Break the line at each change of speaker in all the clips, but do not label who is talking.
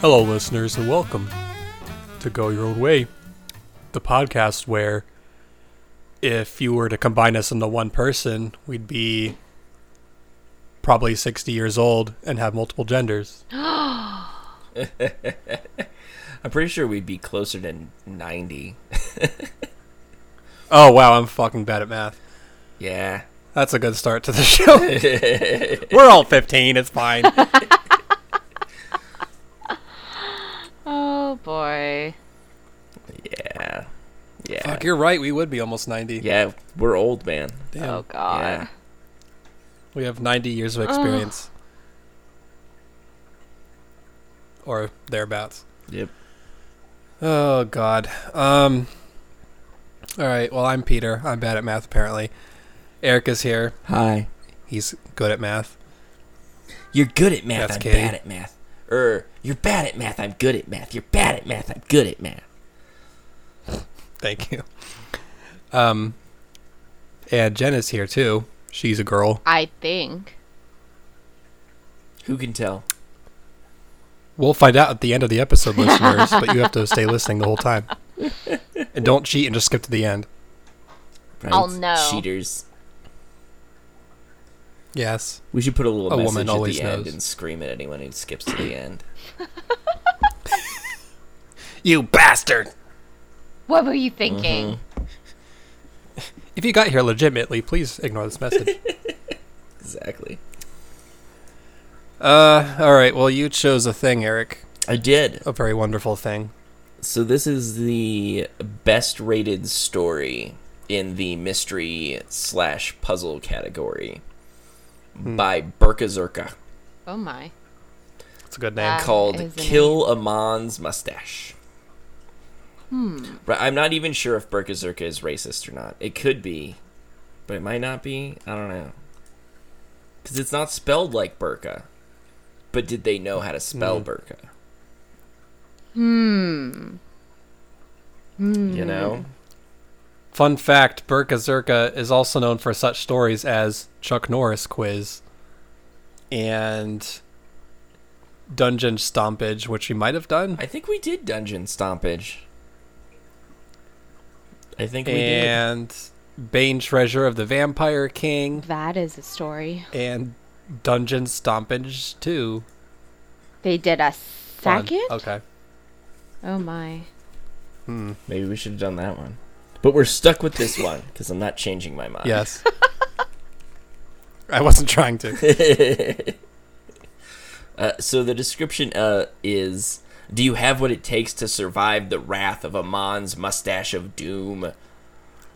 Hello, listeners, and welcome to Go Your Own Way, the podcast where if you were to combine us into one person, we'd be probably 60 years old and have multiple genders.
I'm pretty sure we'd be closer to 90.
Oh, wow, I'm fucking bad at math.
Yeah.
That's a good start to the show. we're all 15, it's fine.
Oh boy.
Yeah. Yeah.
Fuck, you're right, we would be almost 90.
yeah, we're old, man.
Damn,
Oh god.
we have 90 years of experience. Or thereabouts.
Yep.
Oh God. Um. All right. Well, I'm Peter. I'm bad at math, apparently. Eric is here.
Hi.
He's good at math.
You're good at math.
That's
I'm
Katie.
bad at math. Er, you're bad at math. I'm good at math. You're bad at math. I'm good at math.
Thank you. Um. And Jen is here too. She's a girl.
I think.
Who can tell?
We'll find out at the end of the episode, listeners. but you have to stay listening the whole time. And don't cheat and just skip to the end.
Right?
I'll know.
Cheaters.
Yes.
We should put a little
A woman
message at
always
the end
knows.
and scream at anyone who skips to the end.
You bastard!
What were you thinking?
Mm-hmm.
If you got here legitimately, please ignore this message.
Exactly.
uh. All right. Well, you chose a thing, Eric.
I did.
A very wonderful thing.
So this is the best rated story in the mystery slash puzzle category by Berkazerka
Oh my.
It's a good name.
Uh, is
called
the
Kill Amon's Mustache. Hmm. But I'm not even sure if Berkazerka is racist or not. It could be, but it might not be. I don't know. Because it's not spelled like Burka. But did they know how to spell Burka? Hmm. You know?
Fun fact Burka Zerka is also known for such stories as Chuck Norris Quiz and Dungeon Stompage, which we might have done.
I think we did dungeon stompage. I think we did.
And Bane Treasure of the Vampire King
That is a story.
and Dungeon Stompage 2.
They did a
Fun.
second?
Okay.
Oh my.
Maybe we should have done that one. But we're stuck with this one because I'm not changing my mind.
Yes. I wasn't trying to.
Uh, so the description uh, is: Do you have what it takes to survive the wrath of Amon's mustache of doom?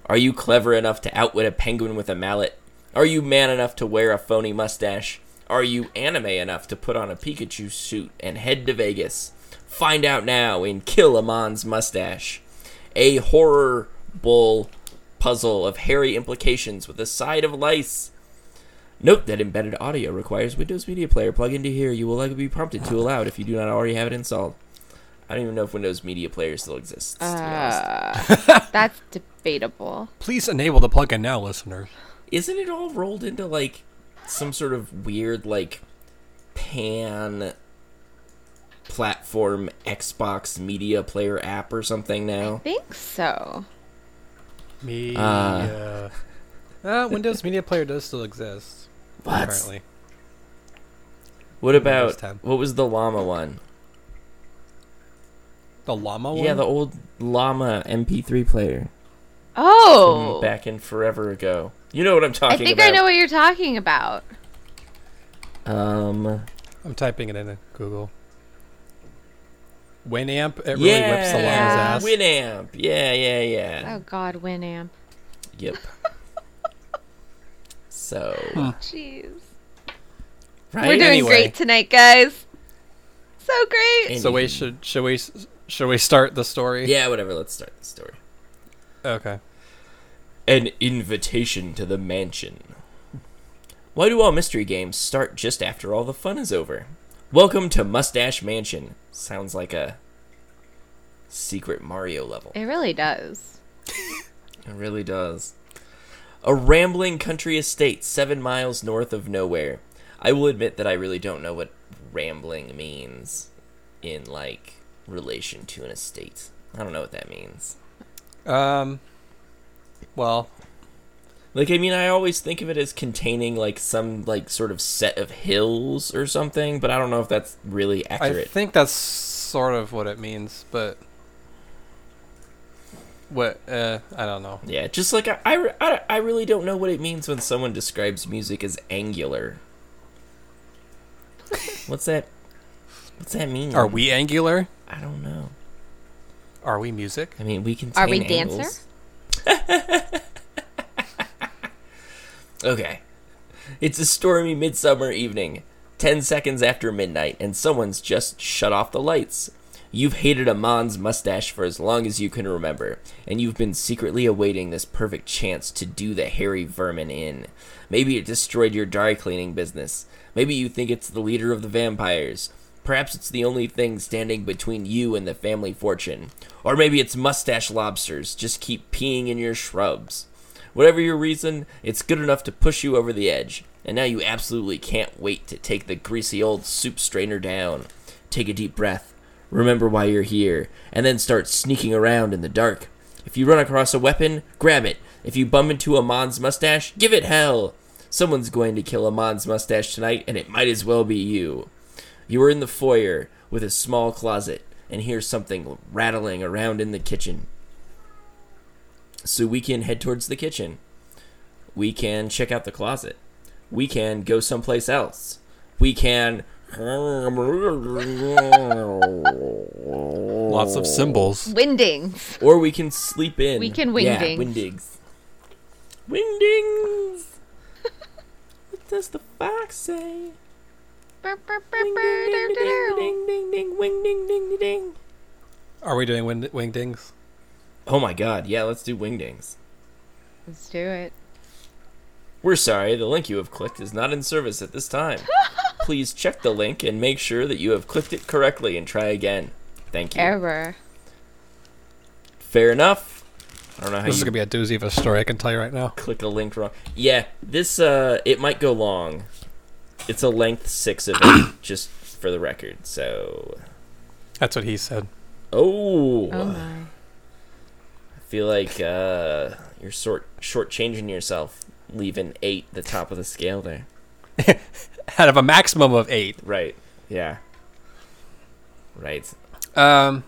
Are you clever enough to outwit a penguin with a mallet? Are you man enough to wear a phony mustache? Are you anime enough to put on a Pikachu suit and head to Vegas? Find out now in Kill Amon's Mustache, a horror bull puzzle of hairy implications with a side of lice. Note that embedded audio requires Windows Media Player plug into here. You will likely be prompted to allow it if you do not already have it installed. I don't even know if Windows Media Player still exists. To be
Uh,
honest.
That's debatable.
Please enable the plugin now, listener.
isn't it all rolled into like some sort of weird like pan platform Xbox media player app or something now?
Think so.
Me. Uh, uh, Windows Media Player does still exist.
What?
Apparently.
What about
10.
what was the llama one?
The llama one?
Yeah, the old llama MP3 player from
Oh.
back in forever ago. You know what I'm
I
talking
think
about?
I know what you're talking about.
Um,
I'm typing it in Google. Winamp, it really
yeah,
whips the llama's ass.
Winamp. Yeah, yeah, yeah.
Oh god, Winamp.
Yep. so,
Hmm.
Jeez.
right?
We're doing
anyway.
great tonight, guys. So great.
so we
Anywho.
should should we s- should we start the story?
Yeah, whatever. Let's start the story.
Okay.
An invitation to the mansion. Why do all mystery games start just after all the fun is over? Welcome to Mustache Mansion. Sounds like a secret Mario level.
It really does.
It really does. A rambling country estate seven miles north of nowhere. I will admit that I really don't know what rambling means in like relation to an estate. I don't know what that means.
Um, well,
Like I mean, I always think of it as containing like some like sort of set of hills or something, but I don't know if that's really
I
accurate.
think that's sort of what it means, but what? Uh, I don't know.
yeah, just like I, I, re- I, I really don't know what it means when someone describes music as angular. What's that? What's that mean?
Are we angular?
I don't know.
Are we music?
I mean, we can.
Are we
angles.
dancer?
okay. It's a stormy midsummer evening, 10 seconds after midnight, and someone's just shut off the lights. You've hated Amon's mustache for as long as you can remember, and you've been secretly awaiting this perfect chance to do the hairy vermin in. Maybe it destroyed your dry cleaning business. Maybe you think it's the leader of the vampires. Perhaps it's the only thing standing between you and the family fortune. Or maybe it's mustache lobsters just keep peeing in your shrubs. Whatever your reason, it's good enough to push you over the edge, and now you absolutely can't wait to take the greasy old soup strainer down. Take a deep breath, remember why you're here, and then start sneaking around in the dark. If you run across a weapon, grab it. If you bump into Amon's mustache, give it hell. Someone's going to kill Amon's mustache tonight, and it might as well be you. You are in the foyer with a small closet and hear something rattling around in the kitchen. So we can head towards the kitchen. We can check out the closet. We can go someplace else. We can. or
Lots of symbols.
Windings.
we can sleep in.
We can
Yeah,
wingdings.
windings. Windings! what does the fox say?
Burr, burr, burr,
Ding,
burr,
ding, ding, ding,
doo, doo, doo.
ding, ding, ding, wing, ding, ding, ding.
Are we doing wing- wingdings?
Oh my god, yeah, let's do wingdings.
Let's do it.
We're sorry, the link you have clicked is not in service at this time. Please check the link and make sure that you have clicked it correctly and try again. Thank you.
Error.
Fair enough. I don't know how
This is
you
gonna be a doozy of a story. I can tell you right now.
click a link wrong. Yeah, this uh it might go long. It's a length 6 of it just for the record. So,
That's what he said.
oh.
Oh my.
I feel like uh you're sort short changing yourself leaving 8 the top of the scale there.
Out of a maximum of eight.
Right. Yeah. Right.
Um.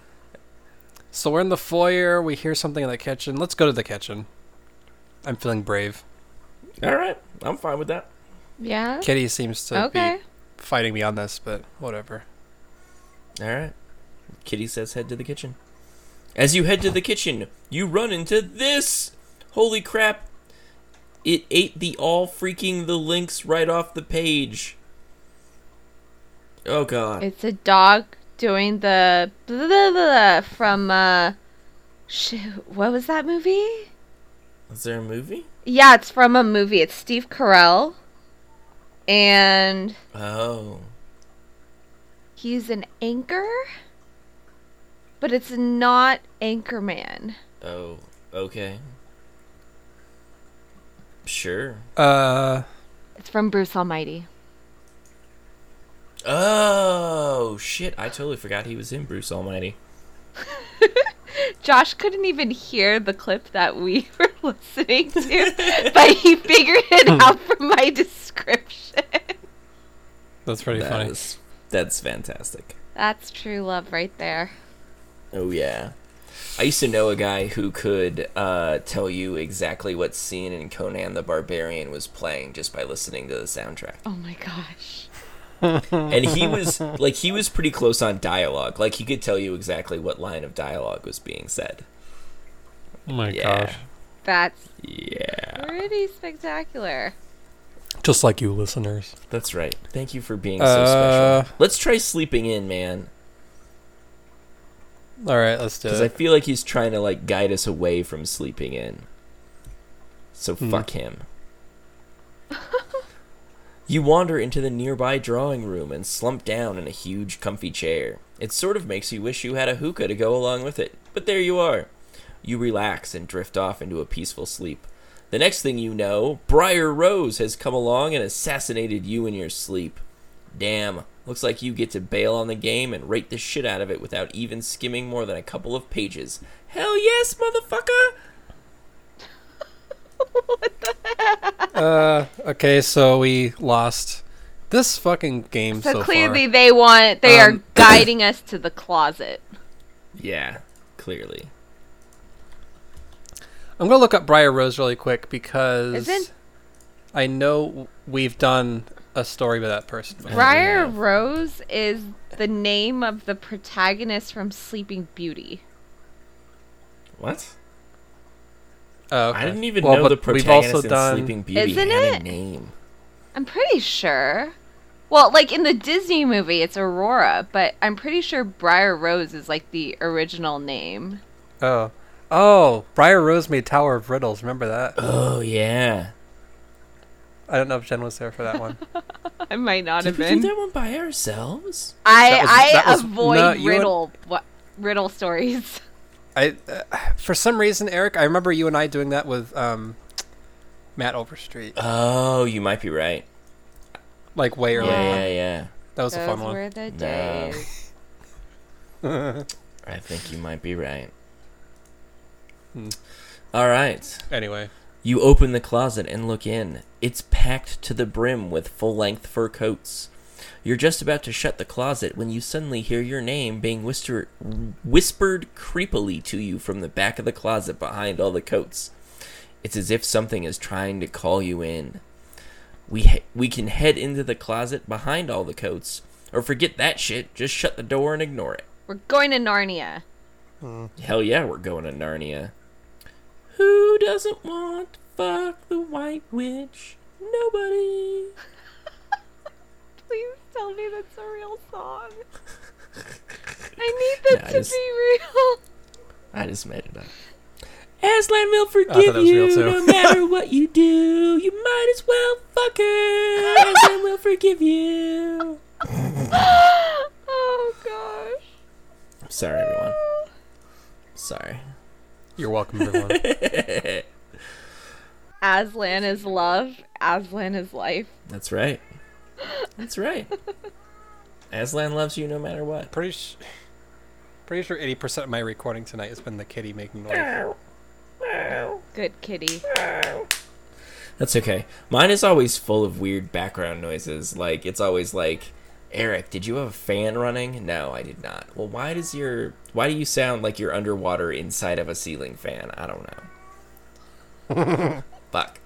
So we're in the foyer. We hear something in the kitchen. Let's go to the kitchen. I'm feeling brave.
All right. I'm fine with that. Oh.
Yeah.
Kitty seems to
Okay.
be fighting me on this, but whatever.
All right. Kitty says head to the kitchen. As you head to the kitchen, you run into this. Holy crap. It ate the all freaking the links right off the page. Oh god.
It's a dog doing the blah, blah, blah from uh shoot, what was that movie?
Is there a movie?
Yeah, it's from a movie. It's Steve Carell. And
Oh.
he's an anchor. But it's not Anchorman.
Oh. Okay. Sure.
Uh.
It's from Bruce Almighty.
Oh shit, I totally forgot he was in Bruce Almighty.
Josh couldn't even hear the clip that we were listening to, but he figured it out from my description.
That's pretty
That
funny.
was- that's fantastic.
That's true love right there.
Oh yeah. I used to know a guy who could uh, tell you exactly what scene in Conan the Barbarian was playing just by listening to the soundtrack.
Oh my gosh.
And he was like he was pretty close on dialogue. Like he could tell you exactly what line of dialogue was being said.
Oh my
Yeah.
gosh.
That's
Yeah.
pretty spectacular.
Just like you listeners.
That's right. Thank you for being so
Uh,
special. Let's try sleeping in, man,
All right, let's do
cuz I
it.
feel like he's trying to like guide us away from sleeping in. So fuck him. You wander into the nearby drawing room and slump down in a huge, comfy chair. It sort of makes you wish you had a hookah to go along with it, but there you are. You relax and drift off into a peaceful sleep. The next thing you know, Briar Rose has come along and assassinated you in your sleep. Damn, Looks like you get to bail on the game and rate the shit out of it without even skimming more than a couple of pages. Hell yes, motherfucker!
Uh, okay, so we lost this fucking game
So,
so,
clearly they want they
Um,
are guiding us to the closet.
Yeah, clearly.
far. I'm gonna look up Briar Rose really quick because
Isn't-
I know we've done a story with that person. before.
Briar Rose is the name of the protagonist from Sleeping Beauty.
What?
Oh, okay.
I didn't even
Well,
know
but
the
we've
protagonist
also
in
done-
Sleeping Beauty
Isn't
had a
it?
name.
I'm pretty sure. Well, like in the Disney movie, it's Aurora, but I'm pretty sure Briar Rose is like the original name.
Oh, oh, Briar Rose made Tower of Riddles. Remember that?
Oh yeah.
I don't know if Jen was there for that one.
I might not
Did
have
we do
been.
that one by ourselves?
I
That was-
I
that was-
avoid
no, you would-
riddle what, riddle stories.
I, uh, for some reason, Eric, I remember you and I doing that with um, Matt Overstreet,
Oh, you might be right.
like way
Yeah,
earlier.
yeah, yeah.
That was a
Those
fun one.
were the
No.
days.
I think you might be right.
Hmm.
All right.
Anyway,
You open the closet and look in. It's packed to the brim with full length fur coats. You're just about to shut the closet when you suddenly hear your name being whisper- whispered creepily to you from the back of the closet behind all the coats. It's as if something is trying to call you in. We he- we can head into the closet behind all the coats, or forget that shit. Just shut the door and ignore it.
We're going to Narnia.
Hell yeah, we're going to Narnia. Who doesn't want to fuck the White Witch? Nobody.
Please tell me that's a real song. I need that
Nah,
to
just-
be real.
I just made it up. Aslan will
I thought
forgive
that was real,
you
too.
no matter what you do. You might as well fuck her. Aslan will forgive you.
Oh gosh.
I'm sorry, everyone. Sorry.
you're welcome, everyone.
Aslan is love. Aslan is life.
That's right. That's right. Aslan loves you no matter what.
pretty, sh- pretty sure eighty percent of my recording tonight has been the kitty making noise.
Good kitty.
That's okay. Mine is always full of weird background noises. Like it's always like, Eric, did you have a fan running? No, I did not. Well, why does your why do you sound like you're underwater inside of a ceiling fan? I don't know. Fuck.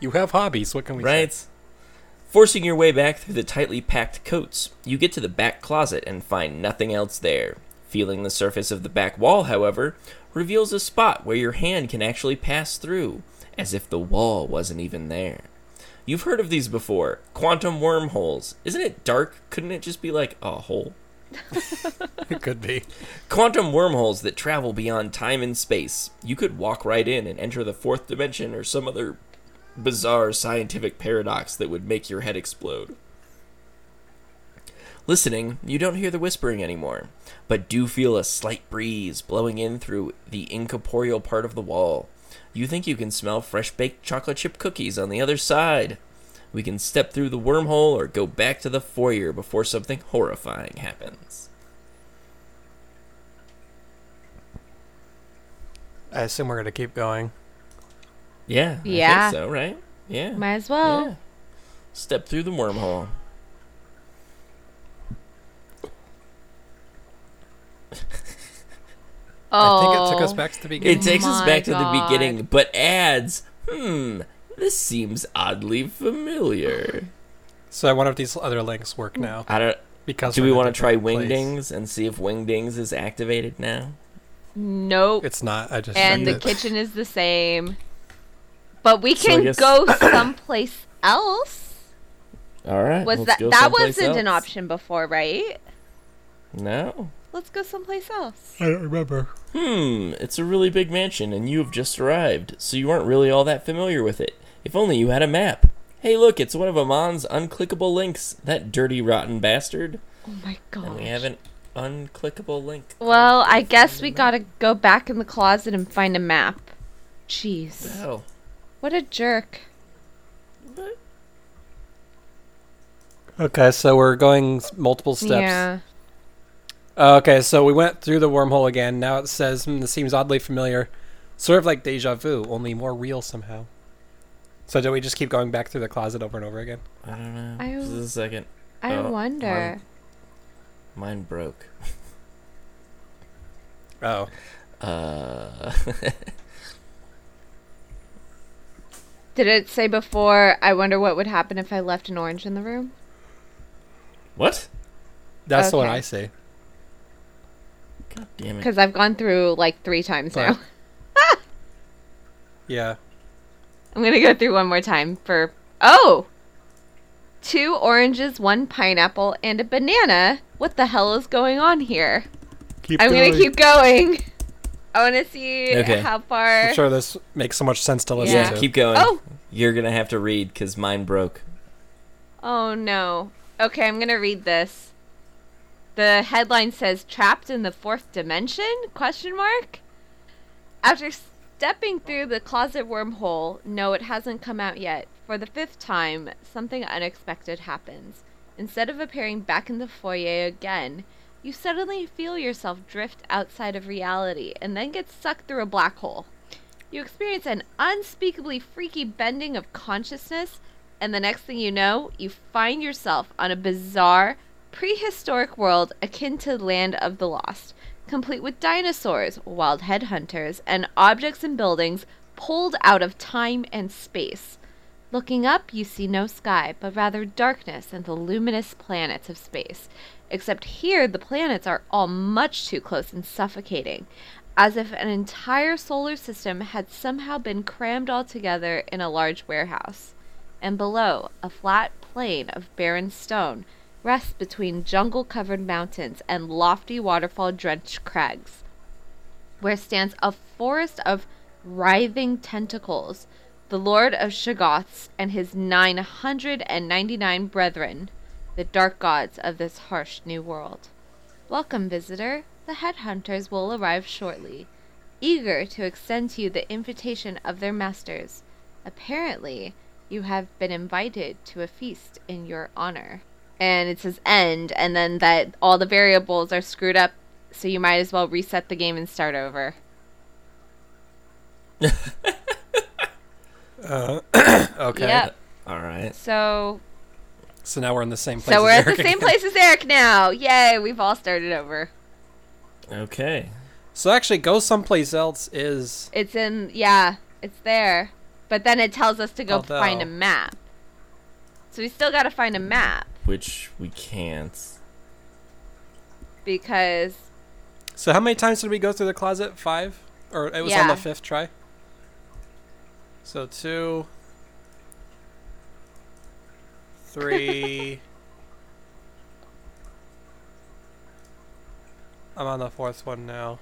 You have hobbies. What can we say?
Right? Forcing your way back through the tightly packed coats, you get to the back closet and find nothing else there. Feeling the surface of the back wall, however, reveals a spot where your hand can actually pass through, as if the wall wasn't even there. You've heard of these before quantum wormholes. Isn't it dark? Couldn't it just be like a hole?
It could be.
Quantum wormholes that travel beyond time and space. You could walk right in and enter the fourth dimension or some other bizarre scientific paradox that would make your head explode. Listening, you don't hear the whispering anymore, but do feel a slight breeze blowing in through the incorporeal part of the wall. You think you can smell fresh baked chocolate chip cookies on the other side. We can step through the wormhole or go back to the foyer before something horrifying happens.
I assume we're gonna keep going.
Yeah. I
Yeah.
think so, right? Yeah.
Might as well.
yeah. Step through the wormhole.
Oh
I
Oh.
think it took us back to the beginning.
It takes us
my
back to the
God.
beginning, but adds, hmm, this seems oddly familiar.
so I wonder if these other links work now.
I don't.
Because
Do
we're
we
in a
want to try
different place.
Wingdings and see if Wingdings is activated now?
Nope.
It's not. I just
and the
checked it.
kitchen is the same. But we
So I
can
guess-
go someplace else.
All right.
Was
let's
that
go
that
someplace
wasn't an
else.
option before, right?
No.
Let's go someplace else.
I don't remember.
Hmm, it's a really big mansion, and you have just arrived, so you aren't really all that familiar with it. If only you had a map. Hey, look, it's one of Amon's unclickable links. That dirty, rotten bastard.
Oh my
And
god.
we have an unclickable link.
Well, I guess we gotta go back in the closet and find a map. Jeez.
Oh,
What a jerk.
but
Okay, so we're going s- multiple steps.
Yeah.
Uh, okay, so we went through the wormhole again. Now it says, hmm, this seems oddly familiar. Sort of like deja vu, only more real somehow. So do we just keep going back through the closet over and over again?
I don't know.
I-
Just a second.
I
Oh,
wonder.
Mine broke.
Oh.
Uh,
Did it say before? I wonder what would happen if I left an orange in the room.
what?
That's the one
Okay.
I see.
God damn it.
Because I've gone through like three times now.
But- yeah.
I'm gonna go through one more time for oh, two oranges, one pineapple, and a banana. What the hell is going on here?
Keep
I'm gonna keep going. I want to see
Okay.
how far.
I'm sure this makes so much sense to listen
Yeah,
Yeah.
to.
keep going.
Oh.
You're gonna have to read because mine broke.
Oh no. Okay, I'm gonna read this. The headline says "Trapped in the Fourth Dimension?" Question mark. After stepping through the closet wormhole, no, it hasn't come out yet. For the fifth time, something unexpected happens. Instead of appearing back in the foyer again, you suddenly feel yourself drift outside of reality and then get sucked through a black hole. You experience an unspeakably freaky bending of consciousness, and the next thing you know, you find yourself on a bizarre, prehistoric world akin to the land of the lost, complete with dinosaurs, wild headhunters, and objects and buildings pulled out of time and space. Looking up, you see no sky, but rather darkness and the luminous planets of space. Except here, the planets are all much too close and suffocating, as if an entire solar system had somehow been crammed all together in a large warehouse. And below, a flat plain of barren stone rests between jungle covered mountains and lofty waterfall drenched crags where stands a forest of writhing tentacles, the Lord of Shoggoths and his 999 brethren, the dark gods of this harsh new world. Welcome, visitor. The headhunters will arrive shortly, eager to extend to you the invitation of their masters. Apparently, you have been invited to a feast in your honor. And it says end, and then that all the variables are screwed up, so you might as well reset the game and start over.
Okay.
Yep.
All right.
So,
So now we're in the same place.
so we're
as
at the
Eric again.
same place as Eric now. Yay, we've all started over.
Okay.
So actually, go someplace else is
It's in, yeah, it's there. But then it tells us to go
Although-
find a map. So we still got to find a map
Which we can't.
because
So how many times did we go through the closet? Five, or it was on
Yeah.
the fifth try. So two, three. I'm on the fourth one now.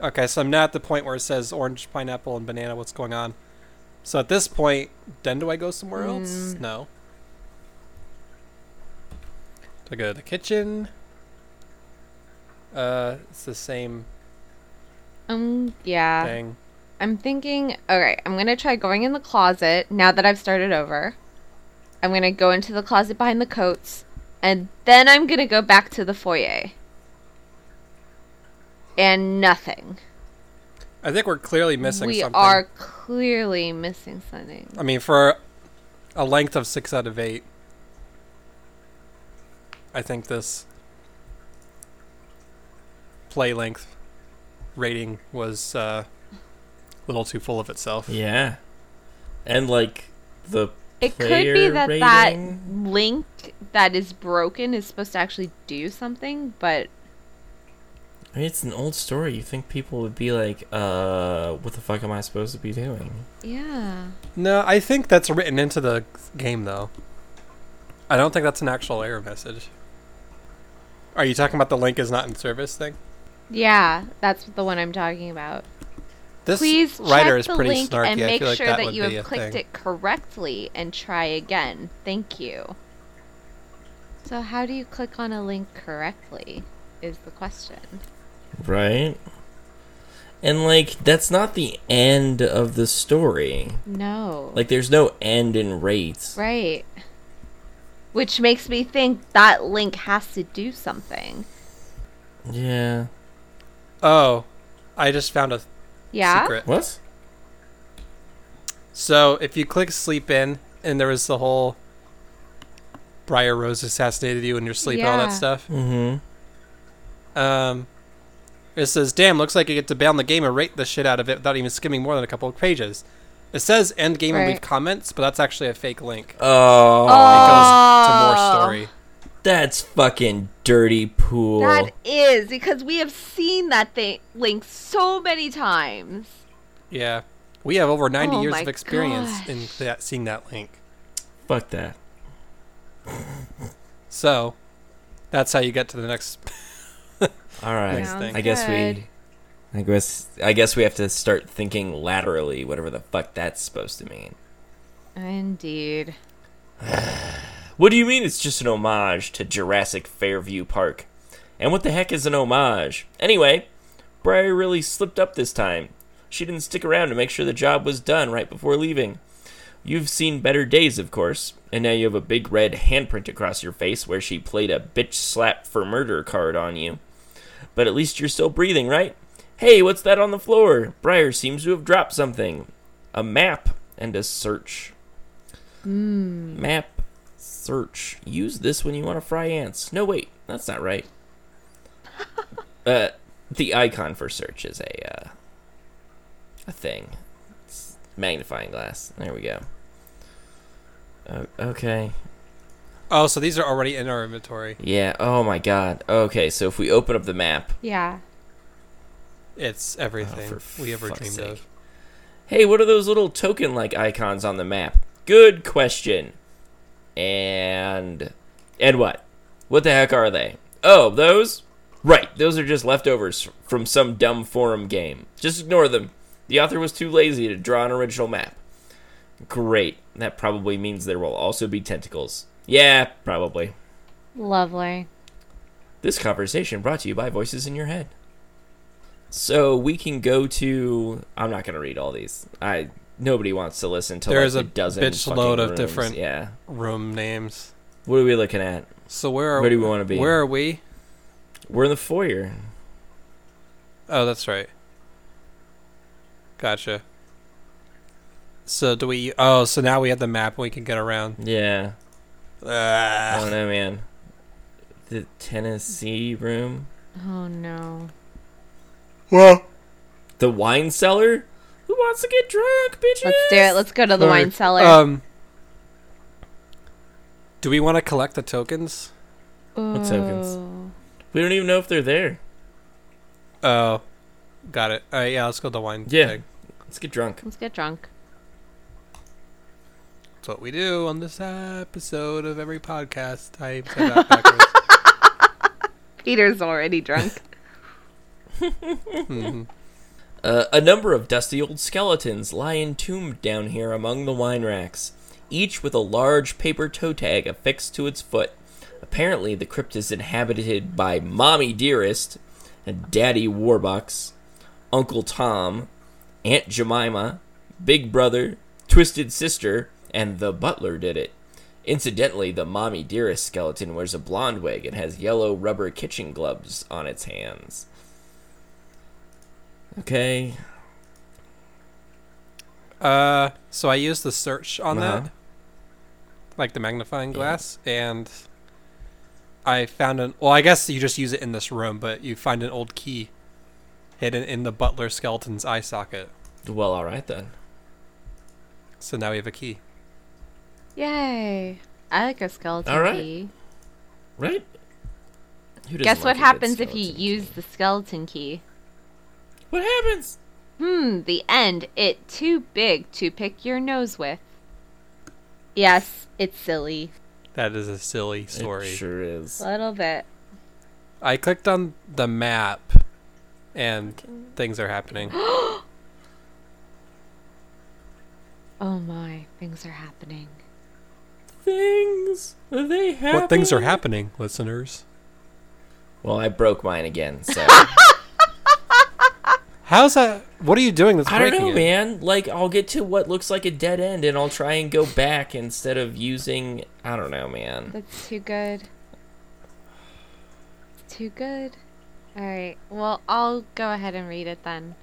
Okay, so I'm now at the point where it says orange, pineapple, and banana. What's going on? So at this point, then do I go somewhere else? No. Do I go to the kitchen? Uh, it's the same
um yeah,
thing.
I'm thinking all right, I'm going to try going in the closet now that I've started over. I'm going to go into the closet behind the coats and then I'm going to go back to the foyer. And nothing.
I think we're clearly missing
we
something.
are clearly missing something.
I mean, for a length of six out of eight, I think this play length rating was uh, a little too full of itself.
Yeah. And like the.
It could be
player
that that
rating?
link that is broken is supposed to actually do something, but
I mean, it's an old story. You think people would be like, "Uh, what the fuck am I supposed to be doing?"
yeah.
No, I think that's written into the game, though. I don't think that's an actual error message. Are you talking about the link is not in service thing?
Yeah, that's the one I'm talking about.
This
Please
writer
check
is
the
pretty
link
snarky.
and
I
make
feel like
sure
that,
that
would
you
be a
have clicked
thing.
it correctly and try again. Thank you. So how do you click on a link correctly? Is the question.
Right. And like that's not the end of the story.
No.
Like there's no end in rates.
right. which makes me think that Link has to do something.
Yeah.
Oh, I just found a
Yeah?
secret.
What?
So if you click sleep in, and there was the whole Briar Rose assassinated you in your sleep, and all that
Yeah.
stuff.
Mm-hmm.
Um, it says, "Damn, looks like you get to bail on the game and rate the shit out of it without even skimming more than a couple of pages." It says end game and leave
Right.
comments, but that's actually a fake link.
Oh,
It goes
Oh.
to more story.
that's fucking dirty pool.
That is because we have seen that thing Link so many times.
Yeah, we have over ninety
Oh
years
my
of experience in
gosh.
that, seeing that link.
Fuck that.
So that's how you get to the next.
All right.
Next
Sounds
thing.
I guess
good.
we. I guess I guess we have to start thinking laterally, whatever the fuck that's supposed to mean.
Indeed.
What do you mean it's just an homage to Jurassic Fairview Park? And what the heck is an homage? Anyway, Briar really slipped up this time. She didn't stick around to make sure the job was done right before leaving. You've seen better days, of course, and now you have a big red handprint across your face where she played a bitch slap for murder card on you. But at least you're still breathing, right? Hey, what's that on the floor? Briar seems to have dropped something. A map and a search. Map search. Use this when you want to fry ants. No, wait, that's not right. uh, the icon for search is a uh, a thing. It's magnifying glass. There we go. O- okay.
Oh, so these are already in our inventory.
Yeah. Oh my God. Okay. So if we open up the map,
Yeah.
It's everything
Oh, for
we ever
fuck's
dreamed
sake.
of.
Hey, what are those little token like icons on the map? Good question. And. And what? What the heck are they? Oh, those? Right, those are just leftovers from some dumb forum game. Just ignore them. The author was too lazy to draw an original map. Great. That probably means there will also be tentacles. Yeah, probably.
Lovely.
This conversation brought to you by Voices in Your Head. So we can go to. I'm not going to read all these. I nobody wants to listen to.
There's
like
a
a dozen
bitch
fucking
load of
rooms.
different-
Yeah.
Room names.
What are we looking at?
So where are
Where do we want to be?
Where are we?
We're in the foyer.
Oh, that's right. Gotcha. So do we? Oh, so now we have the map and we can get around.
Yeah. I
Ah.
don't know, man. The Tennessee room.
Oh no.
Well,
The wine cellar. Who wants to get drunk, bitches?
Let's do it. Let's go to the wine cellar.
Um. Do we want to collect the tokens?
what tokens? We don't even know if they're there.
Oh, got it. All right, yeah, let's go to the wine.
Yeah.
thing.
Let's get drunk.
Let's get drunk.
that's what we do on this episode of every podcast. I said that backwards.
Peter's already drunk.
Mhm.
Uh, a number of dusty old skeletons lie entombed down here among the wine racks, each with a large paper toe tag affixed to its foot. Apparently, the crypt is inhabited by Mommy Dearest, Daddy Warbucks, Uncle Tom, Aunt Jemima, Big Brother, Twisted Sister, and the butler did it. Incidentally, the Mommy Dearest skeleton wears a blonde wig and has yellow rubber kitchen gloves on its hands. Okay,
Uh, so I used the search on
Uh-huh.
that, like the magnifying glass, and I found an. Well, I guess you just use it in this room, but you find an old key hidden in the butler skeleton's eye socket.
Well, all right then.
So now we have a key.
Yay. I like a skeleton
All right.
key.
Right? Who doesn't
Guess
like
what
a good
happens if you
skeleton?
use the skeleton key?
What happens?
Hmm, the end. It too big to pick your nose with. Yes, it's silly.
That is a silly story.
It sure is.
Little bit.
I clicked on the map, and things are happening.
Oh my, things are happening.
Things they happen.
what things are happening, listeners?
Well, I broke mine again, so
How's that? What are you doing that's
I don't
breaking
know,
it?
man. Like, I'll get to what looks like a dead end, and I'll try and go back instead of using. I don't know, man.
That's too good. Too good. Alright, well, I'll go ahead and read it then.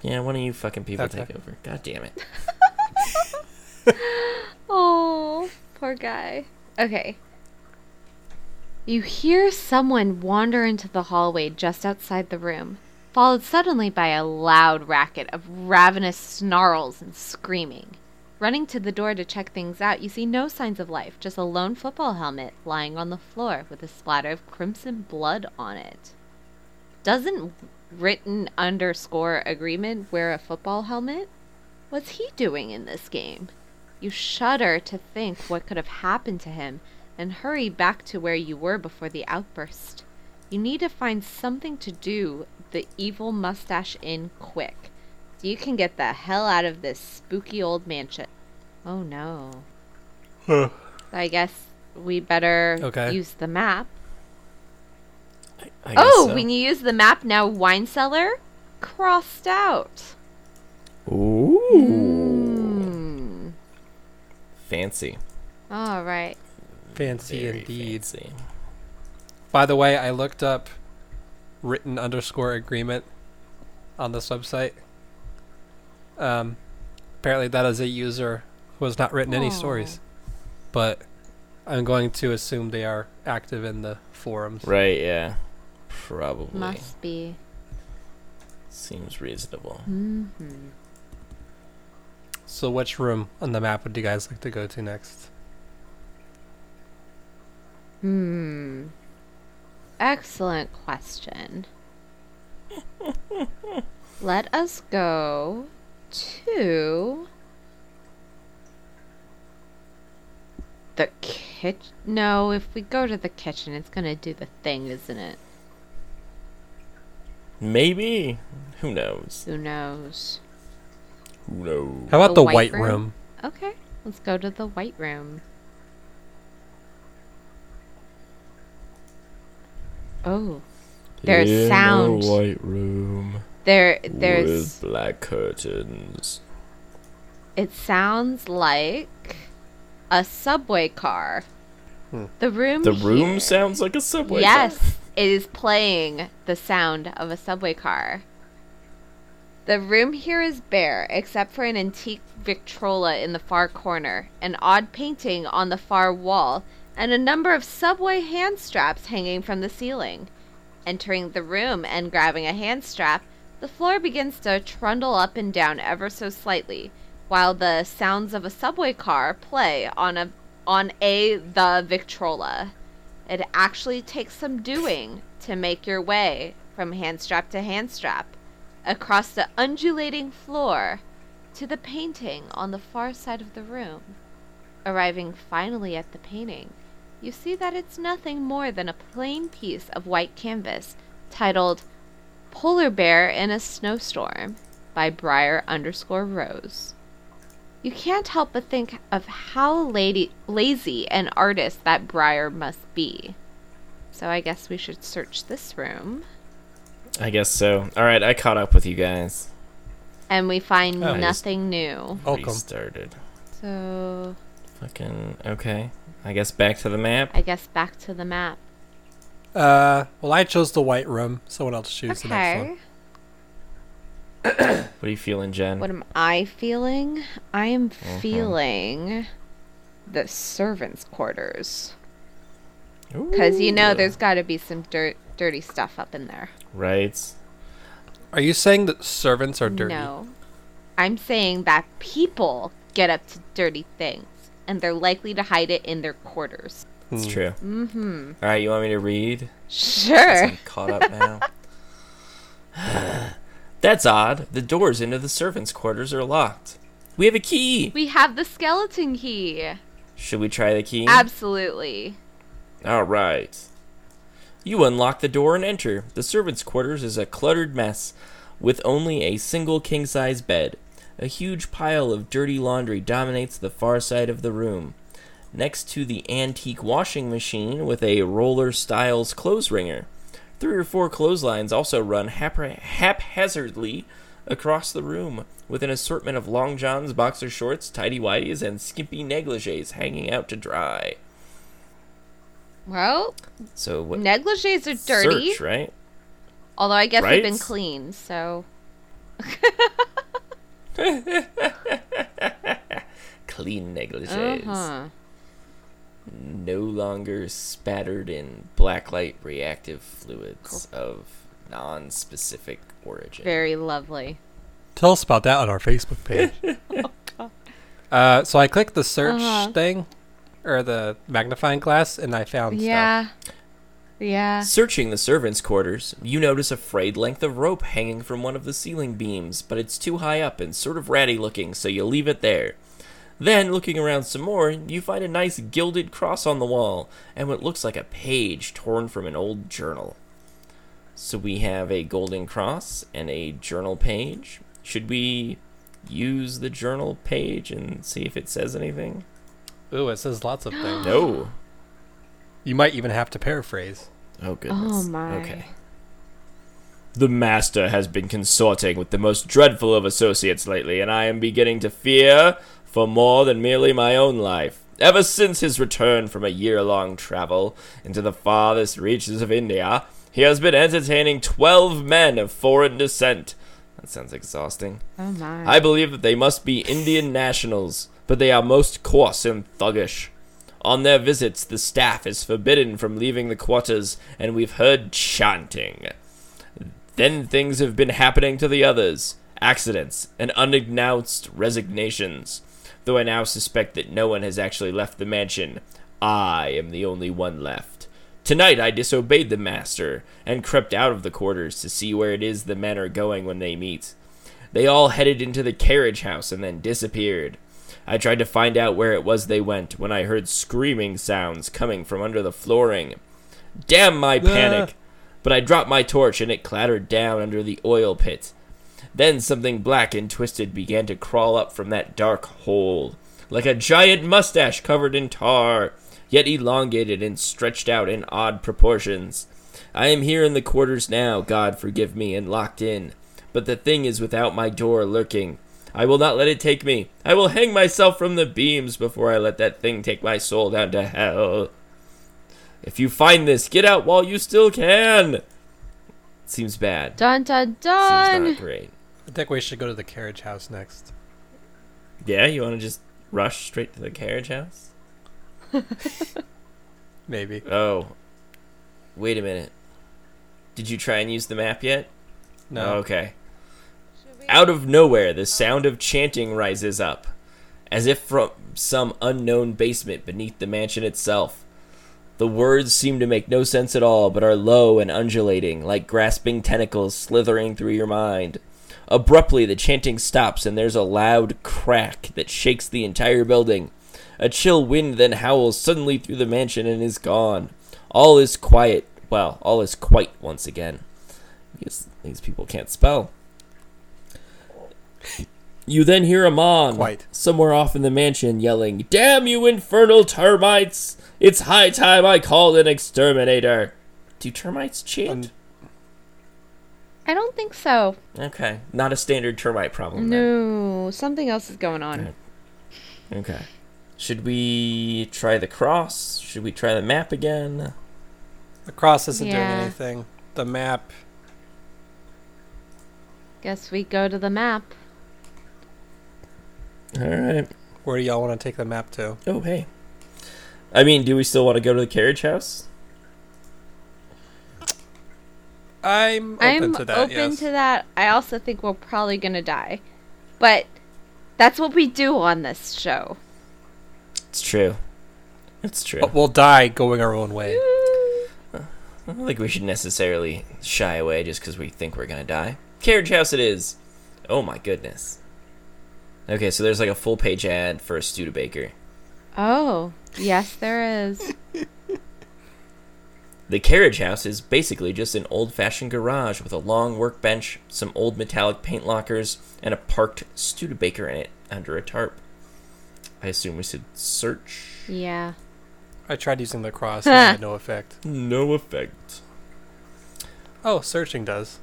Yeah, why don't you fucking people
Okay.
take over? God damn it.
Oh, poor guy. Okay. You hear someone wander into the hallway just outside the room, followed suddenly by a loud racket of ravenous snarls and screaming. Running to the door to check things out, you see no signs of life, just a lone football helmet lying on the floor with a splatter of crimson blood on it. Doesn't written underscore agreement wear a football helmet? What's he doing in this game? You shudder to think what could have happened to him and hurry back to where you were before the outburst. You need to find something to do the evil mustache in quick. So you can get the hell out of this spooky old mansion. Oh no.
Huh.
I guess we better
Okay.
use the map.
I guess
Oh,
so.
when you use the map now, wine cellar crossed out.
Ooh.
Hmm.
Fancy.
All right.
Fancy
Very
indeed.
fancy.
By the way, I looked up written underscore agreement on this website. Um, apparently, that is a user who has not written any
Aw.
stories, but I'm going to assume they are active in the forums.
Right, yeah. Probably.
Must be.
Seems reasonable.
Mm-hmm.
So, which room on the map would you guys like to go to next?
Hmm. Excellent question. Let us go to the kitchen. No, if we go to the kitchen, it's going to do the thing, isn't it?
Maybe. Who knows?
Who knows?
Who knows?
How about
The
the,
white
white,
room?
room?
Okay, let's go to the white room. Oh, there's
In the
sound.
white room
there there's
with black curtains.
It sounds like a subway car. The room.
Hmm. The room
here-
sounds like a subway. car.
Yes, it is playing the sound of a subway car. The room here is bare, except for an antique Victrola in the far corner, an odd painting on the far wall, and a number of subway hand straps hanging from the ceiling. Entering the room and grabbing a hand strap, the floor begins to trundle up and down ever so slightly, while the sounds of a subway car play on a on a the Victrola. It actually takes some doing to make your way from hand strap to hand strap across the undulating floor to the painting on the far side of the room. Arriving finally at the painting, you see that it's nothing more than a plain piece of white canvas titled Polar Bear in a Snowstorm by Briar underscore Rose. You can't help but think of how lady, lazy an artist that Briar must be. So I guess we should search this room.
I guess so. All right, I caught up with you guys.
And we find
Oh.
nothing new.
Welcome.
Restarted.
So
Fucking okay. I guess back to the map.
I guess back to the map.
Uh, well, I chose the white room. Someone else choose the next
Okay.
one.
What are you feeling, Jen?
What am I feeling? I am
Uh-huh.
feeling the servants' quarters. Because you know
Ooh.
there's got to be some dirt, dirty stuff up in there.
right.
Are you saying that servants are dirty?
No. I'm saying that people get up to dirty things, and they're likely to hide it in their quarters.
It's true.
Mm-hmm.
All right, you want me to read? Guess
Sure.
I'm caught up now. That's odd. The doors into the servants' quarters are locked. We have a key.
We have the skeleton key.
Should we try the key?
Absolutely.
All right. You unlock the door and enter. The servants' quarters is a cluttered mess with only a single king size bed. A huge pile of dirty laundry dominates the far side of the room. Next to the antique washing machine with a roller styles clothes wringer. Three or four clotheslines also run hap- haphazardly across the room, with an assortment of long johns, boxer shorts, tidy whities, and skimpy negligees hanging out to dry.
Well,
So what?
negligees are dirty.
Search, right?
Although I guess they've been
Right?
cleaned, so
Clean negligees.
uh-huh.
no longer spattered in blacklight reactive fluids of non-specific origin.
very lovely.
Tell us about that on our Facebook page.
Uh, so I clicked the search
Oh, Uh-huh.
thing, or the magnifying glass, and I found
Yeah, yeah.
Searching the servants' quarters, you notice a frayed length of rope hanging from one of the ceiling beams, but it's too high up and sort of ratty looking, so you leave it there. Then, looking around some more, you find a nice gilded cross on the wall and what looks like a page torn from an old journal. So we have a golden cross and a journal page. Should we use the journal page and see if it says anything?
stuff. Ooh, it says lots of things.
No.
You might even have to paraphrase.
Oh goodness.
Oh, my.
Okay. The master has been consorting with the most dreadful of associates lately, and I am beginning to fear for more than merely my own life. Ever since his return from a year long travel into the farthest reaches of India, he has been entertaining twelve men of foreign descent. That sounds exhausting.
Oh my.
I believe that they must be Indian nationals, but they are most coarse and thuggish. On their visits, the staff is forbidden from leaving the quarters, and we've heard chanting. Then things have been happening to the others accidents and unannounced resignations. Though I now suspect that no one has actually left the mansion, I am the only one left. Tonight I disobeyed the master and crept out of the quarters to see where it is the men are going when they meet. They all headed into the carriage house and then disappeared. I tried to find out where it was they went when I heard screaming sounds coming from under the flooring. Damn my panic! But I dropped my torch and it clattered down under the oil pit. Then something black and twisted began to crawl up from that dark hole, like a giant mustache covered in tar, yet elongated and stretched out in odd proportions. I am here in the quarters now, God forgive me, and locked in. But the thing is without my door lurking. I will not let it take me. I will hang myself from the beams before I let that thing take my soul down to hell. If you find this, get out while you still can. Seems bad.
dun dun
Seems
dun.
not great.
I think we should go to the carriage house next.
Yeah, you want to just rush straight to the carriage house?
Maybe.
Oh, wait a minute. Did you try and use the map yet? Oh,
No.
Okay. Out of nowhere, the sound of chanting rises up, as if from some unknown basement beneath the mansion itself. The words seem to make no sense at all, but are low and undulating, like grasping tentacles slithering through your mind. Abruptly, the chanting stops, and there's a loud crack that shakes the entire building. A chill wind then howls suddenly through the mansion and is gone. All is quiet. Well, all is quite once again. Because these people can't spell. You then hear a mon
Quite.
somewhere off in the mansion yelling, Damn you infernal termites! It's high time I called an exterminator! Do termites chant?
I don't think so.
okay. Not a standard termite problem. then.
No, something else is going on.
Okay. Should we try the cross? Should we try the map again?
The cross isn't
Yeah.
doing anything. The map.
Guess we go to the map.
All right.
Where do y'all want to take the map to?
Oh, hey. I mean, do we still want to go to the carriage house?
I'm open
I'm
to that.
open
yes.
to that. I also think we're probably gonna die, but that's what we do on this show.
It's true. It's true.
But we'll die going our own way.
I don't think we should necessarily shy away just because we think we're going to die. Carriage house it is. Oh, my goodness. Okay, so there's like a full page ad for a Studebaker.
Oh, yes, there is.
The carriage house is basically just an old fashioned garage with a long workbench, some old metallic paint lockers, and a parked Studebaker in it under a tarp. I assume we should search.
Yeah.
I tried using the cross and it had no effect.
No effect.
Oh, searching does.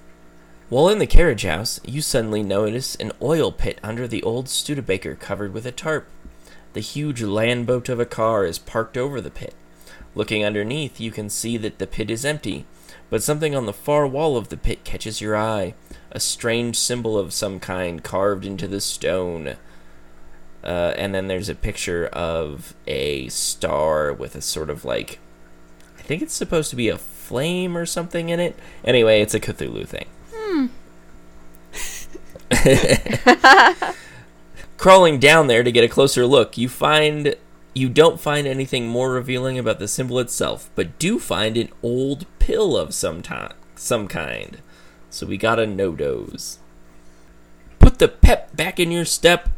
While in the carriage house, you suddenly notice an oil pit under the old Studebaker covered with a tarp. The huge land boat of a car is parked over the pit. Looking underneath, you can see that the pit is empty, but something on the far wall of the pit catches your eye a strange symbol of some kind carved into the stone. Uh, and then there's a picture of a star with a sort of like. I think it's supposed to be a flame or something in it. Anyway, it's a Cthulhu thing. Crawling down there to get a closer look, you find you don't find anything more revealing about the symbol itself, but do find an old pill of some ti- some kind. So we got a no dose. Put the pep back in your step.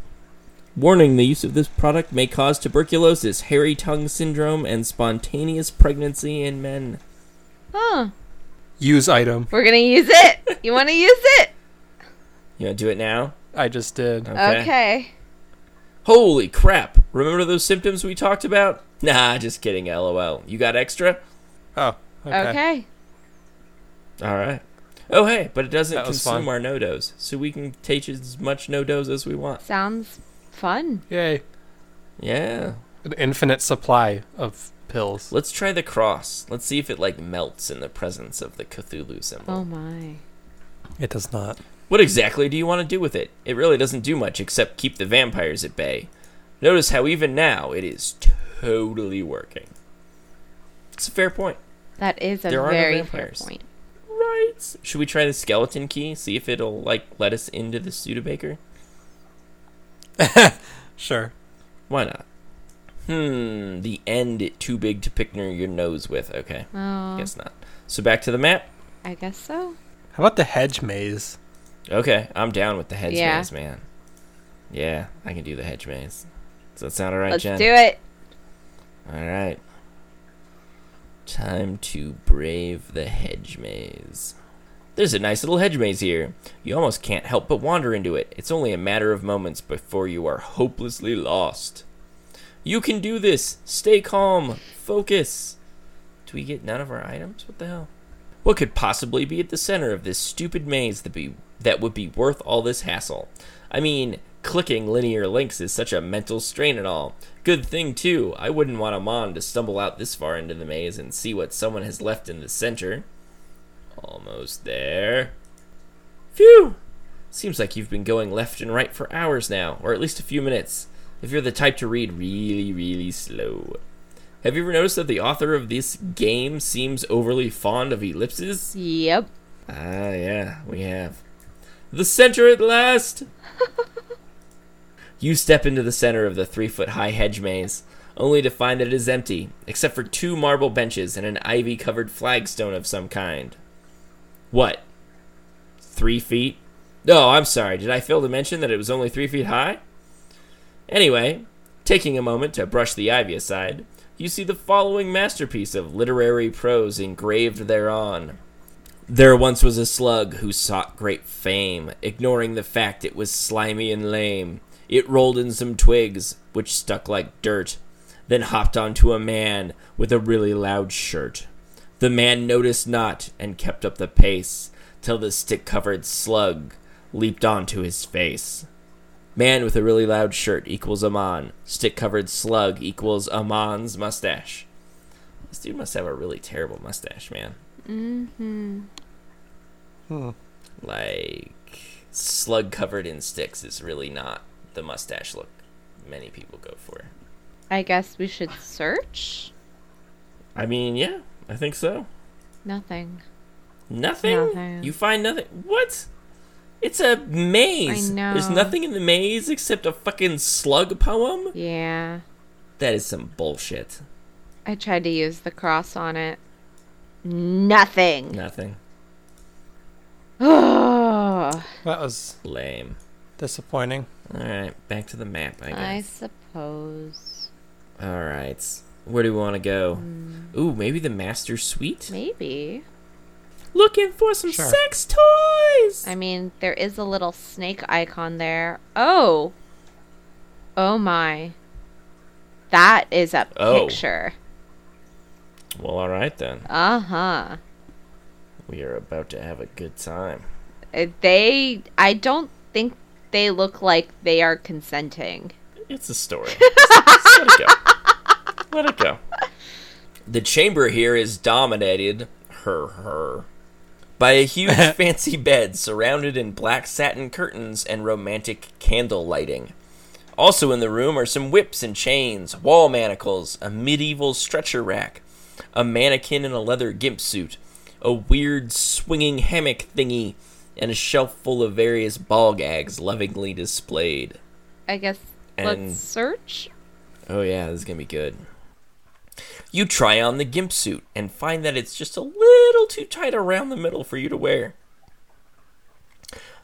Warning: The use of this product may cause tuberculosis, hairy tongue syndrome, and spontaneous pregnancy in men.
Huh.
Use item.
We're gonna use it. You wanna use it?
You want to do it now?
I just did.
Okay.
Holy crap! Remember those symptoms we talked about? Nah, just kidding. LOL. You got extra?
Oh,
Okay.
okay.
All right. Oh hey, but it doesn't
That was
consume
fun.
our no dos, so we can take as much no dos as we want.
Sounds fun.
Yay.
Yeah.
An infinite supply of pills.
Let's try the cross. Let's see if it like melts in the presence of the Cthulhu symbol.
Oh my.
It does not.
What exactly do you want to do with it? It really doesn't do much except keep the vampires at bay. Notice how even now it is totally working. It's a fair point.
That is a
There are no
very fair
vampires.
point.
Right. Should we try the skeleton key? See if it'll like let us into the Studebaker?
Sure.
Why not? Hmm, the end too big to pick near your nose with. Okay,
Oh,
guess not. So back to the map.
I guess so.
How about the hedge maze?
Okay, I'm down with the hedge
Yeah.
maze, man. Yeah, I can do the hedge maze. Does that sound alright,
Let's
Jen?
do it.
Alright. Time to brave the hedge maze. There's a nice little hedge maze here. You almost can't help but wander into it. It's only a matter of moments before you are hopelessly lost. You can do this! Stay calm! Focus! Do we get none of our items? What the hell? What could possibly be at the center of this stupid maze that be that would be worth all this hassle? I mean, clicking linear links is such a mental strain and all. Good thing too. I wouldn't want a mon to stumble out this far into the maze and see what someone has left in the center. Almost there. Phew! Seems like you've been going left and right for hours now, or at least a few minutes. If you're the type to read really, really slow. Have you ever noticed that the author of this game seems overly fond of ellipses?
Yep.
Ah, yeah, we have. The center at last! you step into the center of the three foot high hedge maze, only to find that it is empty, except for two marble benches and an ivy covered flagstone of some kind. What? Three feet? No, I'm sorry, did I fail to mention that it was only three feet high? Anyway, taking a moment to brush the ivy aside, you see the following masterpiece of literary prose engraved thereon. There once was a slug who sought great fame, ignoring the fact it was slimy and lame. It rolled in some twigs, which stuck like dirt, then hopped onto a man with a really loud shirt. The man noticed not and kept up the pace till the stick covered slug leaped onto his face. Man with a really loud shirt equals Amon. Stick covered slug equals Amon's mustache. This dude must have a really terrible mustache, man like slug covered in sticks is really not the mustache look many people go for.
I guess we should search.
I mean, yeah, I think so.
Nothing.
Nothing.
Nothing.
You find nothing. What? It's a maze.
I know.
There's nothing in the maze except a fucking slug poem.
Yeah.
That is some bullshit.
I tried to use the cross on it. Nothing.
Nothing.
Oh,
That was
Lame.
disappointing.
All right, back to the map. I guess.
I suppose.
All right. Where do we want to go?
Hmm.
Ooh, maybe the master suite.
Maybe.
Looking for some
Sure.
sex toys.
I mean, there is a little snake icon there. Oh. Oh my. That is a
Oh.
picture. Uh-huh.
Well, all right then.
Uh huh.
We are about to have a good time.
Uh, They, I don't think they look like they are consenting.
It's a story. Just- just let it go. Let it go. The chamber here is dominated, her, her, by a huge fancy bed surrounded in black satin curtains and romantic candle lighting. Also in the room are some whips and chains, wall manacles, a medieval stretcher rack, a mannequin in a leather gimp suit, a weird swinging hammock thingy, and a shelf full of various ball gags lovingly displayed.
I guess
And-
let's search.
Oh yeah, this is gonna be good. You try on the gimp suit and find that it's just a little too tight around the middle for you to wear.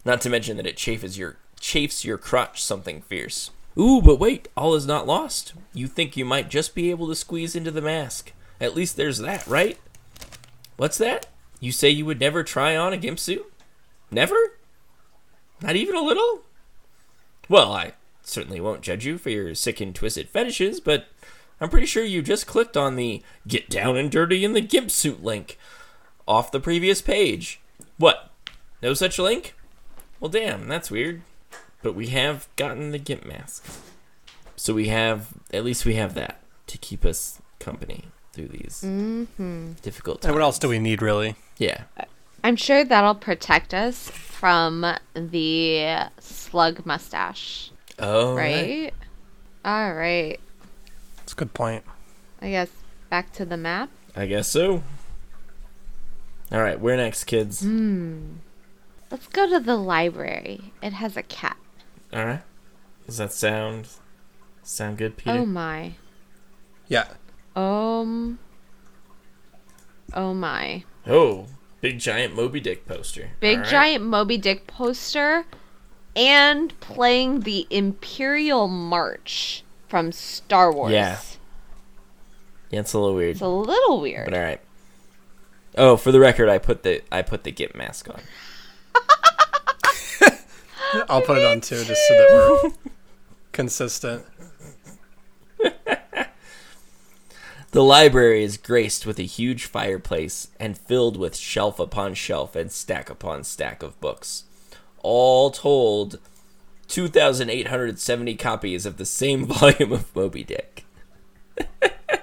Not to mention that it chafes your chafes your crotch something fierce. Ooh, but wait, all is not lost. You think you might just be able to squeeze into the mask. At least there's that, right? What's that? You say you would never try on a gimp suit? Never? Not even a little? Well, I certainly won't judge you for your sick and twisted fetishes, but I'm pretty sure you just clicked on the Get Down and Dirty in the Gimp Suit link off the previous page. What? No such link? Well, damn, that's weird. But we have gotten the Gimp mask. So we have, at least we have that to keep us company through these difficult times.
And what else do we need, really?
Yeah.
I'm sure that'll protect us from the slug mustache,
Oh, right.
right? All right.
That's a good point.
I guess back to the map.
I guess so. All right, where next, kids?
Mm. Let's go to the library. It has a cat.
All right. Does that sound sound good, Peter?
Oh my.
Yeah.
Um. Oh my.
Oh, big giant Moby Dick poster.
Big
All right.
giant Moby Dick poster and playing the Imperial March from Star Wars.
Yeah. Yeah, it's a little weird,
It's a little
but
weird.
all right. Oh, for the record, I put the I put the Git mask on.
I'll put it on too, just so that we're consistent.
The library is graced with a huge fireplace and filled with shelf upon shelf and stack upon stack of books. All told, 2,870 copies of the same volume of Moby Dick.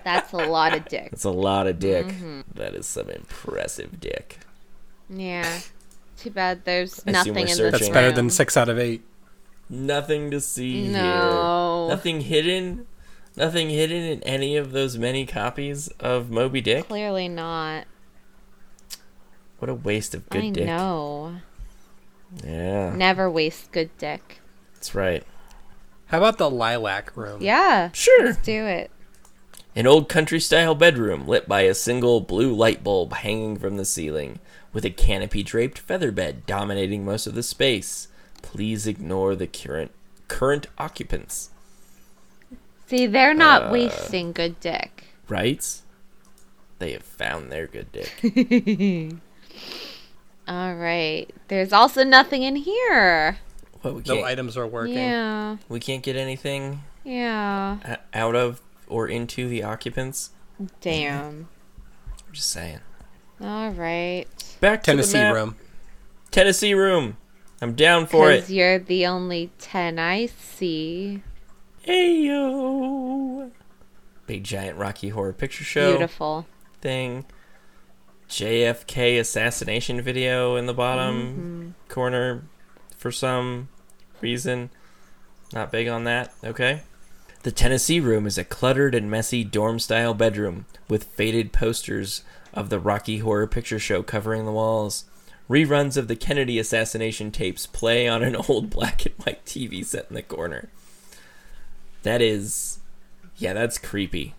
That's a lot of dick.
That's a lot of dick.
Mm-hmm.
That is some impressive dick.
Yeah. Too bad there's
I assume
nothing in
we're
this
searching.
That's better
room.
than six out of eight.
Nothing to see
No.
here. Nothing hidden. Nothing hidden in any of those many copies of Moby Dick.
Clearly not.
What a waste of good
I
dick.
know.
Yeah,
Never waste good dick.
that's right.
How about the lilac room?
Yeah.
Sure.
Do it.
An old country style bedroom lit by a single blue light bulb hanging from the ceiling, with a canopy draped feather bed dominating most of the space. Please ignore the current current occupants.
See, they're
Uh.
not wasting good dick.
Right? They have found their good dick.
All right. There's also nothing in here.
Well, we
No
can't,
items are working.
Yeah.
we can't get anything
Yeah.
uh, out of or into the occupants.
Damn.
I'm just saying.
All right.
Back to the
Tennessee
map.
room.
Tennessee room. I'm down for
Because
it.
you're the only 10 I see.
Ayo. Big giant Rocky Horror Picture Show
Beautiful.
thing. JFK assassination video in the bottom corner for some reason. Not big on that. Okay. The Tennessee room is a cluttered and messy dorm style bedroom with faded posters of the Rocky Horror Picture Show covering the walls. Reruns of the Kennedy assassination tapes play on an old black and white TV set in the corner. That is. Yeah, that's creepy.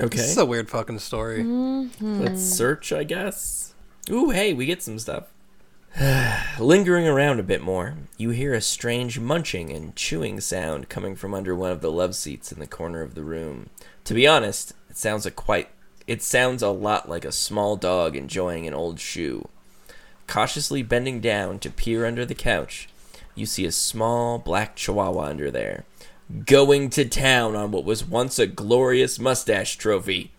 Okay.
This is a weird fucking story.
Let's search, I guess. Ooh, hey, we get some stuff. Lingering around a bit more, you hear a strange munching and chewing sound coming from under one of the love seats in the corner of the room. To be honest, it sounds a quite it sounds a lot like a small dog enjoying an old shoe. Cautiously bending down to peer under the couch, you see a small black chihuahua under there, going to town on what was once a glorious mustache trophy.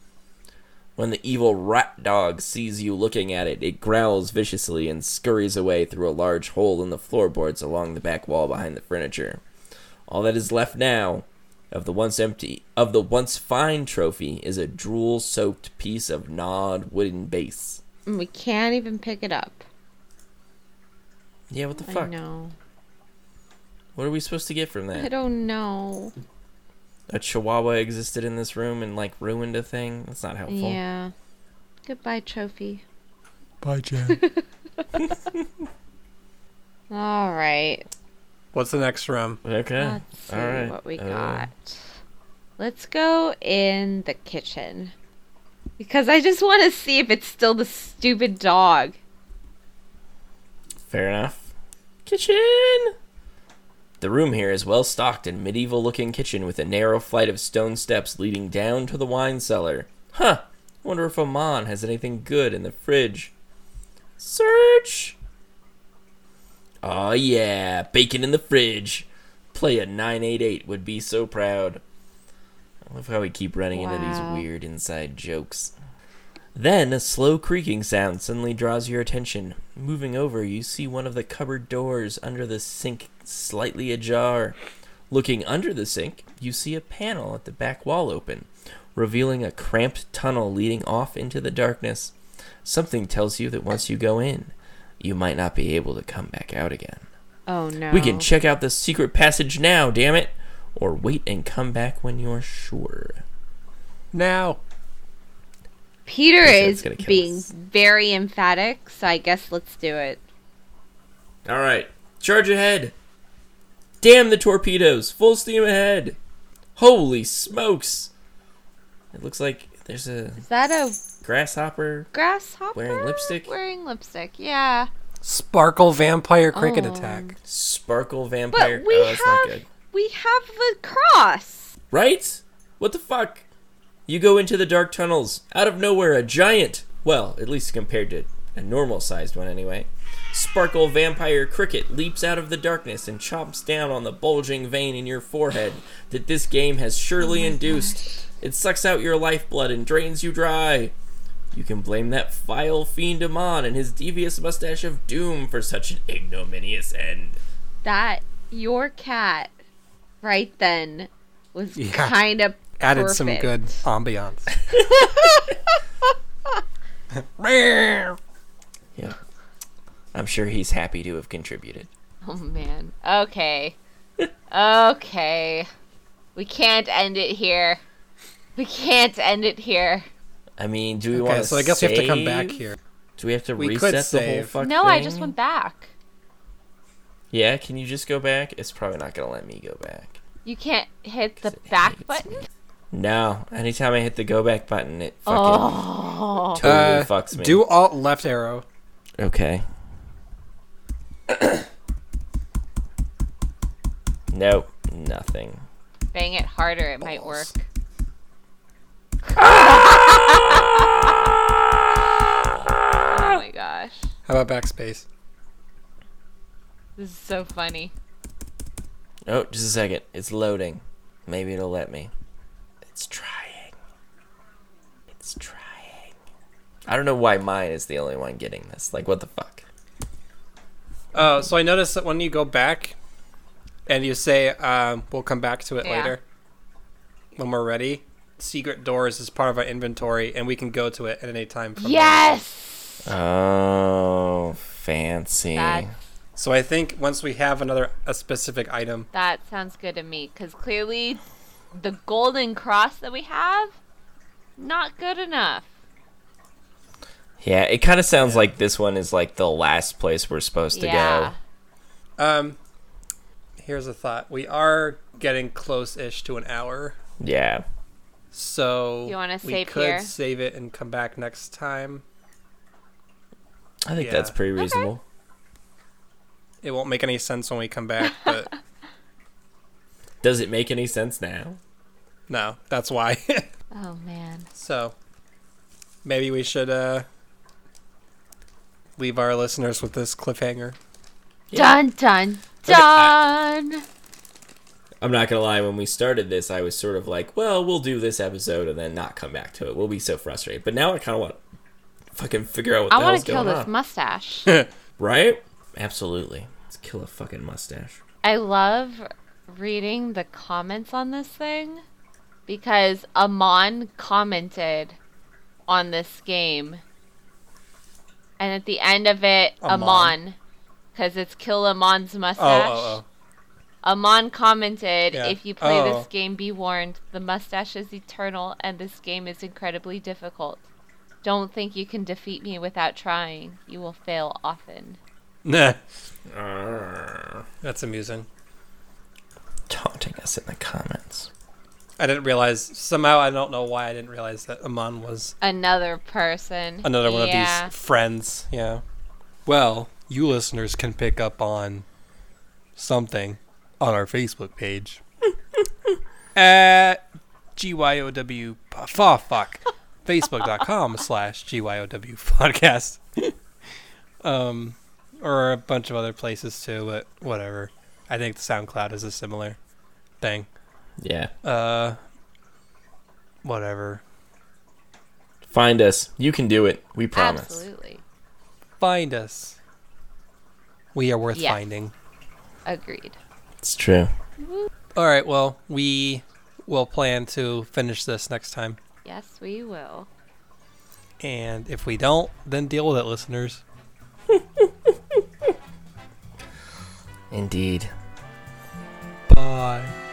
When the evil rat dog sees you looking at it, it growls viciously and scurries away through a large hole in the floorboards along the back wall behind the furniture. All that is left now of the once empty of the once fine trophy is a drool soaked piece of gnawed wooden base.
And we can't even pick it up.
Yeah, what the
I
fuck?
know.
What are we supposed to get from
I
that?
don't know.
A chihuahua existed in this room and like ruined a thing? That's not helpful.
Yeah. Goodbye, trophy.
Bye, Jen.
All right.
What's the next room?
Okay.
Let's see
All right.
what we
Uh,
got. Let's go in the kitchen. Because I just want to see if it's still the stupid dog.
Fair enough. Kitchen! The room here is well stocked and medieval looking kitchen with a narrow flight of stone steps leading down to the wine cellar. Huh. Wonder if Amon has anything good in the fridge. Search! Aw yeah, bacon in the fridge. Play a 988 would be so proud. I love how we keep running into
Wow.
these weird inside jokes. Then a slow creaking sound suddenly draws your attention. Moving over, you see one of the cupboard doors under the sink slightly ajar. Looking under the sink, you see a panel at the back wall open, revealing a cramped tunnel leading off into the darkness. Something tells you that once you go in, you might not be able to come back out again.
Oh no.
We can check out the secret passage now, damn it! Or wait and come back when you're sure.
Now.
Peter
This is
is
gonna kill
being
us.
very emphatic, so I guess let's do it.
All right, charge ahead. Damn the torpedoes! Full steam ahead! Holy smokes! It looks like there's a
Is that a
grasshopper.
grasshopper?
Wearing lipstick?
Wearing lipstick, yeah.
Sparkle vampire cricket
Oh.
attack.
Sparkle vampire.
But we
oh, that's not
have
good.
we have the cross.
Right? What the fuck? You go into the dark tunnels. Out of nowhere, a giant. Well, at least compared to a normal sized one, anyway. Sparkle vampire cricket leaps out of the darkness and chomps down on the bulging vein in your forehead that this game has surely induced. It sucks out your lifeblood and drains you dry. You can blame that vile fiend Amon and his devious mustache of doom for such an ignominious end.
That your cat right then was
Yeah.
kind of
Added some good ambiance.
Yeah. I'm sure he's happy to have contributed.
Oh man. Okay. okay. We can't end it here. We can't end it here.
I mean, do we want
Okay,
to?
so I guess we have to come back here.
Do we have to
We could
reset the whole
save.
fucking?
no, I just went back.
Yeah, can you just go back? It's probably not gonna let me go back.
You can't hit the
it
back
hates
button.
No, anytime I hit the go back button, it fucking
Oh.
totally
Uh,
fucks me.
Do alt left arrow.
okay. nope, nothing.
Bang it harder, it might work. oh my gosh.
How about backspace?
This is so funny.
Oh, just a second. It's loading. Maybe it'll let me. It's trying. It's trying. I don't know why mine is the only one getting this. Like, what the fuck?
Oh, so I noticed that when you go back and you say, um, we'll come back to it
Yeah.
later when we're ready, secret doors is part of our inventory and we can go to it at any time. From now.
Yes!
Oh, fancy.
That
So I think once we have another a specific item,
that sounds good to me cuz clearly the golden cross that we have not good enough.
Yeah, it kind of sounds like this one is like the last place we're supposed to
yeah.
um, here's a thought: we are getting close-ish to an hour,
go. Yeah.
so
You wanna
we
save
could
here?
save it and come back next time.
I think
Yeah.
that's pretty reasonable.
It won't make any sense when we come back, but
Does it make any sense now?
no, that's why.
Oh man.
So maybe we should uh leave our listeners with this cliffhanger.
Yeah.
Dun dun
I-
dun.
I'm not gonna lie. When we started this, I was sort of like, "Well, we'll do this episode and then not come back to it. We'll be so frustrated." But now I kind of want to fucking figure out what
I
the hell's
want to kill
going
this
on,
mustache.
right? Absolutely. Let's kill a fucking mustache.
I love reading the comments on this thing because Amon commented on this game. And at the end of it,
Amon.
Amon, because it's kill Amon's
Oh,
mustache.
oh,
Amon commented,
Yeah.
if you play
Oh.
this game, be warned. The mustache is eternal and this game is incredibly difficult. Don't think you can defeat me without trying. You will fail often.
Nah,
Arrgh.
that's amusing.
Taunting us in the comments.
I didn't realize somehow I don't know why I didn't realize that Amon was
Another person.
another one
yeah.
of these friends. Yeah. Well, you listeners can pick up on something on our Facebook page at GYOW. Fuck, fuck. Facebook.com slash GYOW podcast. Um, or a bunch of other places too, but whatever. I think SoundCloud is a similar thing.
Yeah.
Uh, whatever.
Find us. You can do it. We promise.
Absolutely.
Find us. We are worth
Yes.
finding.
Agreed.
It's true.
All right. Well, we will plan to finish this next time,
Yes, we will.
and if we don't, then deal with it, listeners.
Indeed.
Bye.